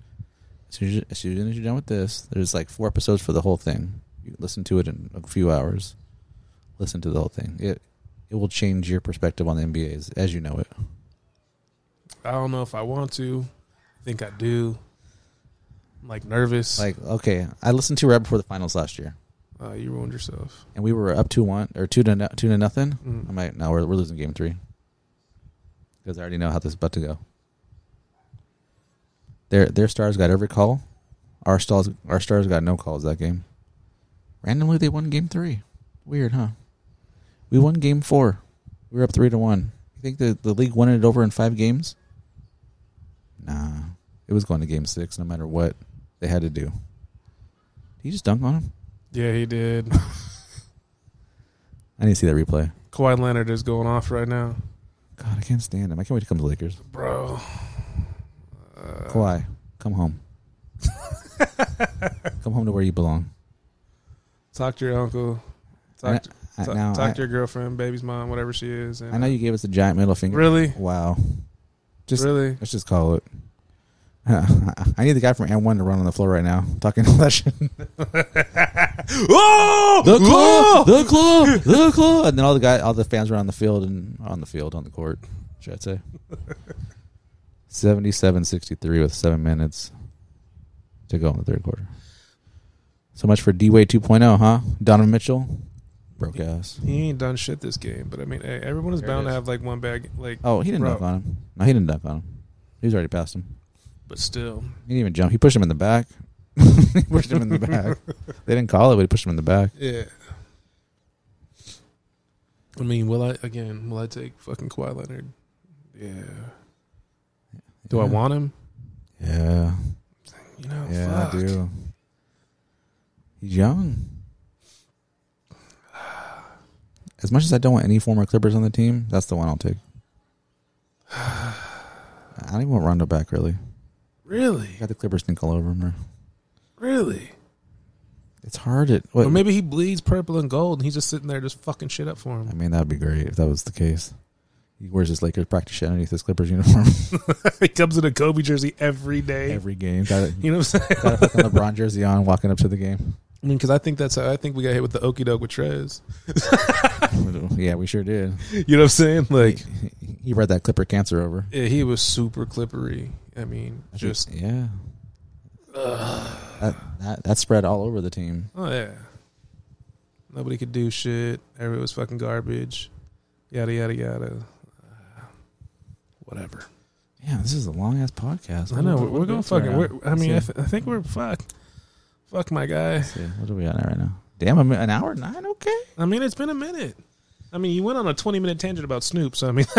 [SPEAKER 5] as soon as, as soon as you're done with this, there's like four episodes for the whole thing. You listen to it in a few hours. Listen to the whole thing. It it will change your perspective on the NBA as, as you know it.
[SPEAKER 4] I don't know if I want to. I think I do. I'm like nervous.
[SPEAKER 5] Like okay, I listened to it right before the finals last year,
[SPEAKER 4] uh, you ruined yourself.
[SPEAKER 5] and we were up two one or two to no, two to nothing. I'm like, no, we're we're losing game three because I already know how this is about to go. Their their stars got every call. Our stars our stars got no calls that game. Randomly, they won game three. Weird, huh? We won game four. We were up three to one. You think the the league won it over in five games? Nah, it was going to game six no matter what they had to do. Did you just dunk on him?
[SPEAKER 4] Yeah, he did.
[SPEAKER 5] I need to see that replay.
[SPEAKER 4] Kawhi Leonard is going off right now,
[SPEAKER 5] God, I can't stand him. I can't wait to come to the Lakers.
[SPEAKER 4] bro. Uh.
[SPEAKER 5] Kawhi, come home. come home to where you belong.
[SPEAKER 4] Talk to your uncle. Talk to,
[SPEAKER 5] I- I-
[SPEAKER 4] talk-
[SPEAKER 5] now,
[SPEAKER 4] talk
[SPEAKER 5] I-
[SPEAKER 4] to your girlfriend, baby's mom, whatever she is. And,
[SPEAKER 5] I know you gave us a giant middle finger.
[SPEAKER 4] Really?
[SPEAKER 5] Wow. Just
[SPEAKER 4] Really?
[SPEAKER 5] Let's just call it. I need the guy from M One to run on the floor right now, talking all that shit.
[SPEAKER 4] Oh,
[SPEAKER 5] The claw, the claw, the claw, and then all the guy, all the fans were on the field and on the field on the court. Should I say? Seventy-seven, sixty-three with seven minutes to go in the third quarter. So much for D Way 2.0, oh, huh? Donovan Mitchell, broke ass.
[SPEAKER 4] he ain't done shit this game. But I mean, hey, everyone is
[SPEAKER 5] There it
[SPEAKER 4] bound to
[SPEAKER 5] is.
[SPEAKER 4] have like one bag. Like
[SPEAKER 5] Oh, he didn't
[SPEAKER 4] bro,
[SPEAKER 5] dunk on him. No, he didn't dunk on him. He was already past him.
[SPEAKER 4] But still,
[SPEAKER 5] He didn't even jump. He pushed him in the back. he pushed him in the back. They didn't call it, but he pushed him in the back.
[SPEAKER 4] Yeah. I mean, will I again? Will I take fucking Kawhi Leonard? Yeah. Do I
[SPEAKER 5] Yeah.
[SPEAKER 4] want him?
[SPEAKER 5] Yeah.
[SPEAKER 4] You know,
[SPEAKER 5] Yeah,
[SPEAKER 4] fuck.
[SPEAKER 5] I do. He's young. As much as I don't want any former Clippers on the team, that's the one I'll take. I don't even want Rondo back, really.
[SPEAKER 4] Really,
[SPEAKER 5] I got the Clippers stink all over him. or-
[SPEAKER 4] really.
[SPEAKER 5] It's hard. It, what,
[SPEAKER 4] Or maybe he bleeds purple and gold, and he's just sitting there just fucking shit up for
[SPEAKER 5] I
[SPEAKER 4] him.
[SPEAKER 5] mean, that'd be great if that was the case. He wears his Lakers practice shit underneath his Clippers uniform
[SPEAKER 4] he comes in a Kobe jersey every day.
[SPEAKER 5] every game. Got, a-
[SPEAKER 4] you know what I'm saying?
[SPEAKER 5] got a fucking LeBron jersey on, walking up to the game.
[SPEAKER 4] I mean, because I think that's how I think we got hit with the okey doke with Trez.
[SPEAKER 5] yeah, we sure did.
[SPEAKER 4] You know what I'm saying? Like,
[SPEAKER 5] He read that Clipper cancer over.
[SPEAKER 4] yeah, he was super clippery. I mean, just
[SPEAKER 5] yeah. That, that that spread all over the team.
[SPEAKER 4] oh yeah, nobody could do shit. Everybody was fucking garbage. Yada yada yada. Uh, Whatever.
[SPEAKER 5] Yeah, this is a long ass podcast.
[SPEAKER 4] I know
[SPEAKER 5] What-
[SPEAKER 4] we're,
[SPEAKER 5] what-
[SPEAKER 4] we're
[SPEAKER 5] what
[SPEAKER 4] going
[SPEAKER 5] bits are
[SPEAKER 4] fucking.
[SPEAKER 5] we
[SPEAKER 4] We're,
[SPEAKER 5] at?
[SPEAKER 4] I mean, I,
[SPEAKER 5] Let's see.
[SPEAKER 4] th- I think we're fuck. Fuck my guy.
[SPEAKER 5] Let's see. what are we on right now? Damn, I'm an hour and nine. Okay.
[SPEAKER 4] I mean, it's been a minute. I mean, you went on a 20 minute tangent about Snoop. So I mean,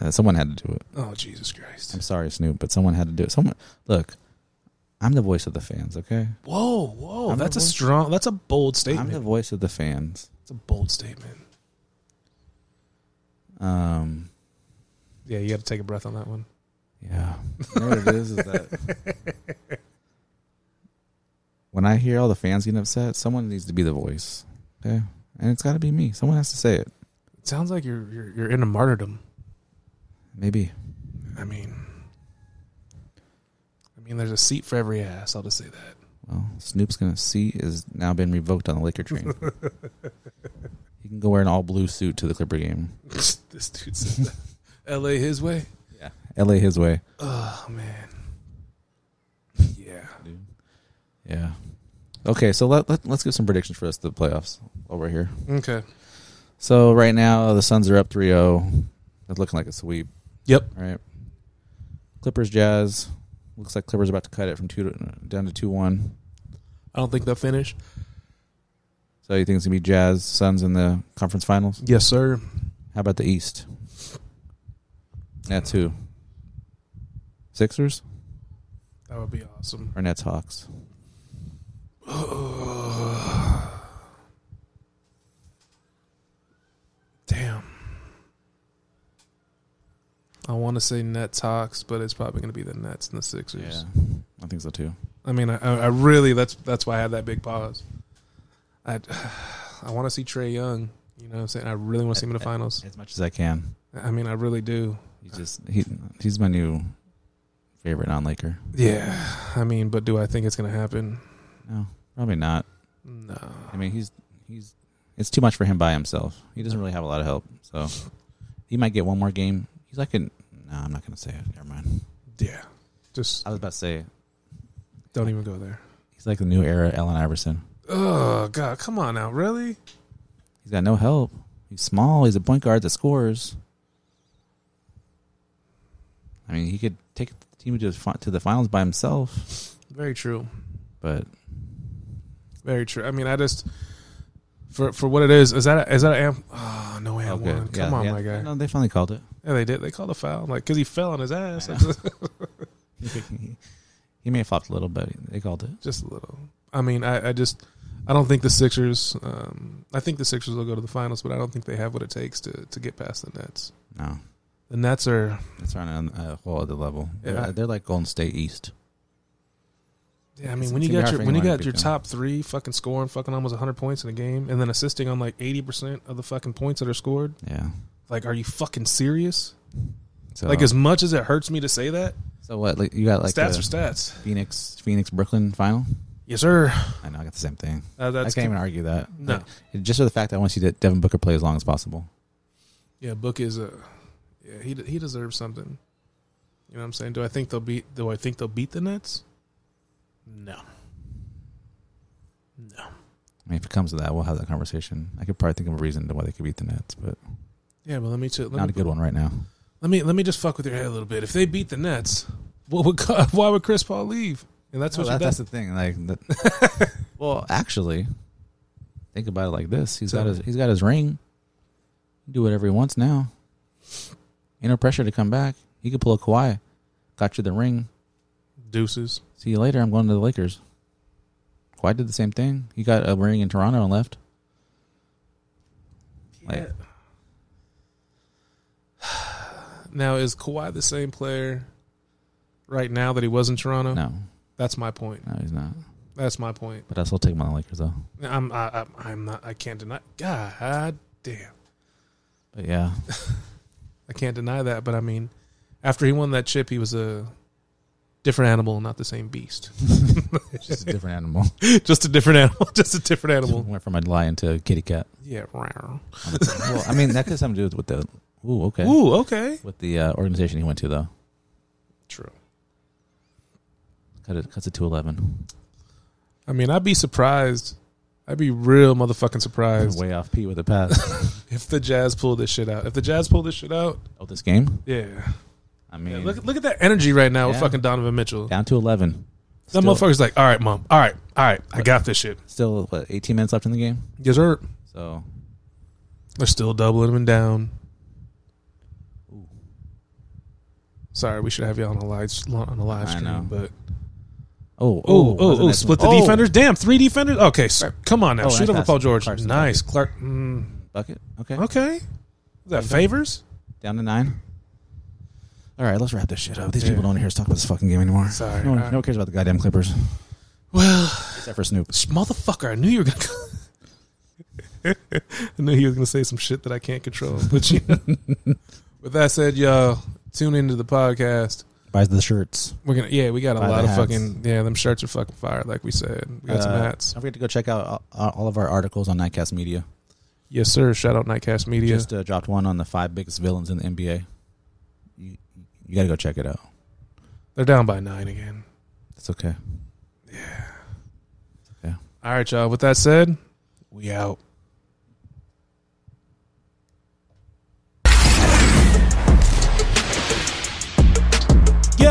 [SPEAKER 5] Uh, someone had to do it.
[SPEAKER 4] oh Jesus Christ!
[SPEAKER 5] I'm sorry, Snoop, but someone had to do it. Someone look. I'm the voice of the fans. Okay.
[SPEAKER 4] Whoa, whoa,
[SPEAKER 5] I'm
[SPEAKER 4] that's a
[SPEAKER 5] the voice-
[SPEAKER 4] strong. That's a bold
[SPEAKER 5] I'm
[SPEAKER 4] statement.
[SPEAKER 5] the voice of the fans.
[SPEAKER 4] It's a bold statement.
[SPEAKER 5] Um.
[SPEAKER 4] Yeah, you got to take a breath on that one.
[SPEAKER 5] Yeah. You know what it is is that when I hear all the fans getting upset, someone needs to be the voice. Okay. And it's got to be me. Someone has to say it.
[SPEAKER 4] It sounds like you're you're, you're in a martyrdom.
[SPEAKER 5] Maybe.
[SPEAKER 4] I mean, I mean, there's a seat for every ass. I'll just say that.
[SPEAKER 5] Well, Snoop's gonna see is now been revoked on the Laker train. he can go wear an all blue suit to the Clipper game.
[SPEAKER 4] this dude said that. L.A. his way.
[SPEAKER 5] LA his way.
[SPEAKER 4] Oh man. Yeah.
[SPEAKER 5] Yeah. Okay, so let, let let's give some predictions for us to the playoffs while we're here.
[SPEAKER 4] Okay.
[SPEAKER 5] So right now the Suns are up 3-0. That's looking like a sweep.
[SPEAKER 4] Yep.
[SPEAKER 5] All right. Clippers Jazz. Looks like Clippers about to cut it from two to, down to two one.
[SPEAKER 4] I don't think they'll finish.
[SPEAKER 5] So you think it's gonna be Jazz Suns in the conference finals?
[SPEAKER 4] Yes, sir.
[SPEAKER 5] How about the East? Nets who? Sixers
[SPEAKER 4] That would be awesome.
[SPEAKER 5] or Nets Hawks?
[SPEAKER 4] Damn. I want to say Nets Hawks, but it's probably going to be the Nets and the Sixers.
[SPEAKER 5] I think so too.
[SPEAKER 4] I mean, I, I I really that's that's why I had that big pause. I I want to see Trey Young. You know, what I'm saying I really want to see him in the finals.
[SPEAKER 5] As much as I can.
[SPEAKER 4] I mean, I really do.
[SPEAKER 5] He's just he he's my new favorite non Laker.
[SPEAKER 4] Yeah, I mean, but do I think it's going to happen?
[SPEAKER 5] No, probably not.
[SPEAKER 4] No.
[SPEAKER 5] I mean he's he's it's too much for him by himself. He doesn't really have a lot of help. So he might get one more game. He's like an no, I'm not gonna say it. Never mind.
[SPEAKER 4] Yeah. Just
[SPEAKER 5] I was about to say
[SPEAKER 4] don't even go there.
[SPEAKER 5] he's like the new era Allen Iverson.
[SPEAKER 4] Oh God, come on now, really?
[SPEAKER 5] He's got no help. He's small. He's a point guard that scores. I mean, he could take the team to the, fi- to the finals by himself,
[SPEAKER 4] Very true.
[SPEAKER 5] but
[SPEAKER 4] Very true. I mean, I just for for what it is. Is that a, is that an amp? Oh no, amp
[SPEAKER 5] okay.
[SPEAKER 4] one. Come
[SPEAKER 5] Yeah,
[SPEAKER 4] on,
[SPEAKER 5] yeah.
[SPEAKER 4] my guy.
[SPEAKER 5] No, they finally called it.
[SPEAKER 4] Yeah, they did. They called a foul, like because he fell on his ass,
[SPEAKER 5] he may have flopped a little, but they called it.
[SPEAKER 4] just a little. I mean, I, I just I don't think the Sixers. Um, I think the Sixers will go to the finals, but I don't think they have what it takes to to get past the Nets.
[SPEAKER 5] No,
[SPEAKER 4] The Nets are
[SPEAKER 5] it's on a whole other level.
[SPEAKER 4] Yeah.
[SPEAKER 5] They're, they're like Golden State East.
[SPEAKER 4] Yeah, I mean,
[SPEAKER 5] It's-
[SPEAKER 4] when
[SPEAKER 5] it's
[SPEAKER 4] you
[SPEAKER 5] in
[SPEAKER 4] got
[SPEAKER 5] our
[SPEAKER 4] your when you
[SPEAKER 5] finger
[SPEAKER 4] got
[SPEAKER 5] to
[SPEAKER 4] your
[SPEAKER 5] beat them.
[SPEAKER 4] top three fucking scoring fucking almost 100 points in a game, and then assisting on like 80 percent of the fucking points that are scored,
[SPEAKER 5] Yeah.
[SPEAKER 4] like, are you fucking serious?
[SPEAKER 5] So,
[SPEAKER 4] Like, as much as it hurts me to say that,
[SPEAKER 5] so what? Like, you got like uh,
[SPEAKER 4] stats
[SPEAKER 5] the
[SPEAKER 4] are stats.
[SPEAKER 5] Phoenix, Phoenix, Brooklyn final.
[SPEAKER 4] Yes, sir.
[SPEAKER 5] I know I got the same thing.
[SPEAKER 4] Uh,
[SPEAKER 5] I
[SPEAKER 4] that's
[SPEAKER 5] can't even argue that.
[SPEAKER 4] No.
[SPEAKER 5] Like, just for the fact that I want to see that Devin Booker play as long as possible.
[SPEAKER 4] yeah. Book is a yeah. He he deserves something. You know what I'm saying? Do I think they'll beat? Do I think they'll beat the Nets? No. No.
[SPEAKER 5] I mean, if it comes to that, we'll have that conversation. I could probably think of a reason to why they could beat the Nets, but
[SPEAKER 4] Yeah, but let me too, let
[SPEAKER 5] not
[SPEAKER 4] me
[SPEAKER 5] a good one right now.
[SPEAKER 4] Let me let me just fuck with your head a little bit. If they beat the Nets, what would God, why would Chris Paul leave? And that's what
[SPEAKER 5] Well,
[SPEAKER 4] she
[SPEAKER 5] that- that's
[SPEAKER 4] does.
[SPEAKER 5] the thing. Like, that- well, actually, think about it like this: he's got his he's got his ring. Do whatever he wants now. Ain't no pressure to come back. He could pull a Kawhi. Got you the ring.
[SPEAKER 4] Deuces.
[SPEAKER 5] See you later. I'm going to the Lakers. Kawhi did the same thing. He got a ring in Toronto and left. Like,
[SPEAKER 4] Now is Kawhi the same player right now that he was in Toronto?
[SPEAKER 5] no,
[SPEAKER 4] That's my point.
[SPEAKER 5] no, he's not.
[SPEAKER 4] That's my point.
[SPEAKER 5] But I still take him on the Lakers though.
[SPEAKER 4] I'm I, I'm- I'm not. I can't deny. God damn.
[SPEAKER 5] But yeah,
[SPEAKER 4] I can't deny that. But I mean, after he won that chip, he was a different animal, not the same beast.
[SPEAKER 5] Just a different animal.
[SPEAKER 4] just a different animal. Just a different animal.
[SPEAKER 5] Went from a lion to a kitty cat.
[SPEAKER 4] Yeah. rawr.
[SPEAKER 5] well, I mean, that could have something to do with the. Ooh, okay.
[SPEAKER 4] Ooh. Okay.
[SPEAKER 5] With the uh, organization he went to, though.
[SPEAKER 4] True.
[SPEAKER 5] Cut it, cuts it to 11.
[SPEAKER 4] I mean, I'd be surprised. I'd be real motherfucking surprised
[SPEAKER 5] Way off Pete with a pass.
[SPEAKER 4] if the Jazz pull this shit out. If the Jazz pull this shit out,
[SPEAKER 5] oh, this game?
[SPEAKER 4] yeah.
[SPEAKER 5] I mean,
[SPEAKER 4] Look, look at that energy right now with
[SPEAKER 5] Yeah.
[SPEAKER 4] fucking Donovan Mitchell.
[SPEAKER 5] down to 11.
[SPEAKER 4] That
[SPEAKER 5] Still-
[SPEAKER 4] motherfucker's like, all right, mom. All right, all right. I got this shit.
[SPEAKER 5] Still, what, 18 minutes left in the game?
[SPEAKER 4] Yes, sir.
[SPEAKER 5] So,
[SPEAKER 4] They're still doubling him down. Sorry, we should have you on a live on a live
[SPEAKER 5] I
[SPEAKER 4] stream,
[SPEAKER 5] know.
[SPEAKER 4] but
[SPEAKER 5] oh,
[SPEAKER 4] oh,
[SPEAKER 5] wasn't
[SPEAKER 4] oh, oh,
[SPEAKER 5] that
[SPEAKER 4] split the
[SPEAKER 5] some- oh,
[SPEAKER 4] defenders. Damn, three defenders. Okay, so, come on now,
[SPEAKER 5] Oh,
[SPEAKER 4] shoot
[SPEAKER 5] nice
[SPEAKER 4] over
[SPEAKER 5] pass.
[SPEAKER 4] Paul George.
[SPEAKER 5] Clarkson.
[SPEAKER 4] nice, Clark. Mm,
[SPEAKER 5] Oh, Bucket. Okay.
[SPEAKER 4] okay, Is that favors.
[SPEAKER 5] Down to nine. All right, let's wrap this shit up. These people don't hear us talk about this fucking game anymore.
[SPEAKER 4] Sorry.
[SPEAKER 5] No, one-
[SPEAKER 4] All right.
[SPEAKER 5] no one cares about the goddamn Clippers.
[SPEAKER 4] Well,
[SPEAKER 5] Except for Snoop.
[SPEAKER 4] motherfucker, I knew you were gonna. I knew he was gonna say some shit that I can't control. But you with that said, y'all tune into the podcast.
[SPEAKER 5] Buys the shirts.
[SPEAKER 4] We're gonna yeah, we got a
[SPEAKER 5] Buy the
[SPEAKER 4] lot of
[SPEAKER 5] hats.
[SPEAKER 4] fucking yeah. Them shirts are fucking fire, like we said. We got some
[SPEAKER 5] Uh,
[SPEAKER 4] hats.
[SPEAKER 5] Don't forget to go check out uh, all, all of our articles on Nightcast Media.
[SPEAKER 4] Yes, sir. Shout out Nightcast Media.
[SPEAKER 5] Just uh, dropped one on the five biggest villains in the NBA. You, you got to go check it out.
[SPEAKER 4] They're down by nine again.
[SPEAKER 5] That's okay.
[SPEAKER 4] All right, y'all. With that said, we out. Yo!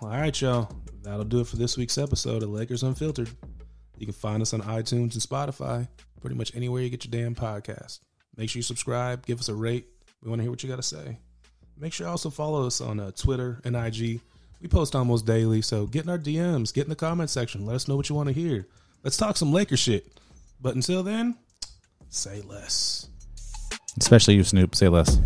[SPEAKER 4] All right, y'all. That'll do it for this week's episode of Lakers Unfiltered. You can find us on iTunes and Spotify, pretty much anywhere you get your damn podcast. Make sure you subscribe, give us a rate. We want to hear what you got to say. Make sure you also follow us on uh, Twitter and IG. We post almost daily, so get in our DMs, get in the comment section, let us know what you want to hear. Let's talk some Laker shit. But until then, say less.
[SPEAKER 5] Especially you, Snoop. Say less.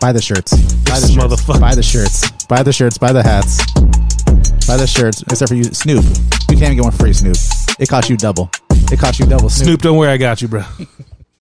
[SPEAKER 5] Buy the shirts. Buy the
[SPEAKER 4] This
[SPEAKER 5] shirts.
[SPEAKER 4] motherfucker.
[SPEAKER 5] Buy the shirts. Buy the shirts. Buy the hats. Buy the shirts. Except for you, Snoop. You can't even get one free, Snoop. It costs you double. It costs you double, Snoop.
[SPEAKER 4] Snoop, don't worry, I got you, bro.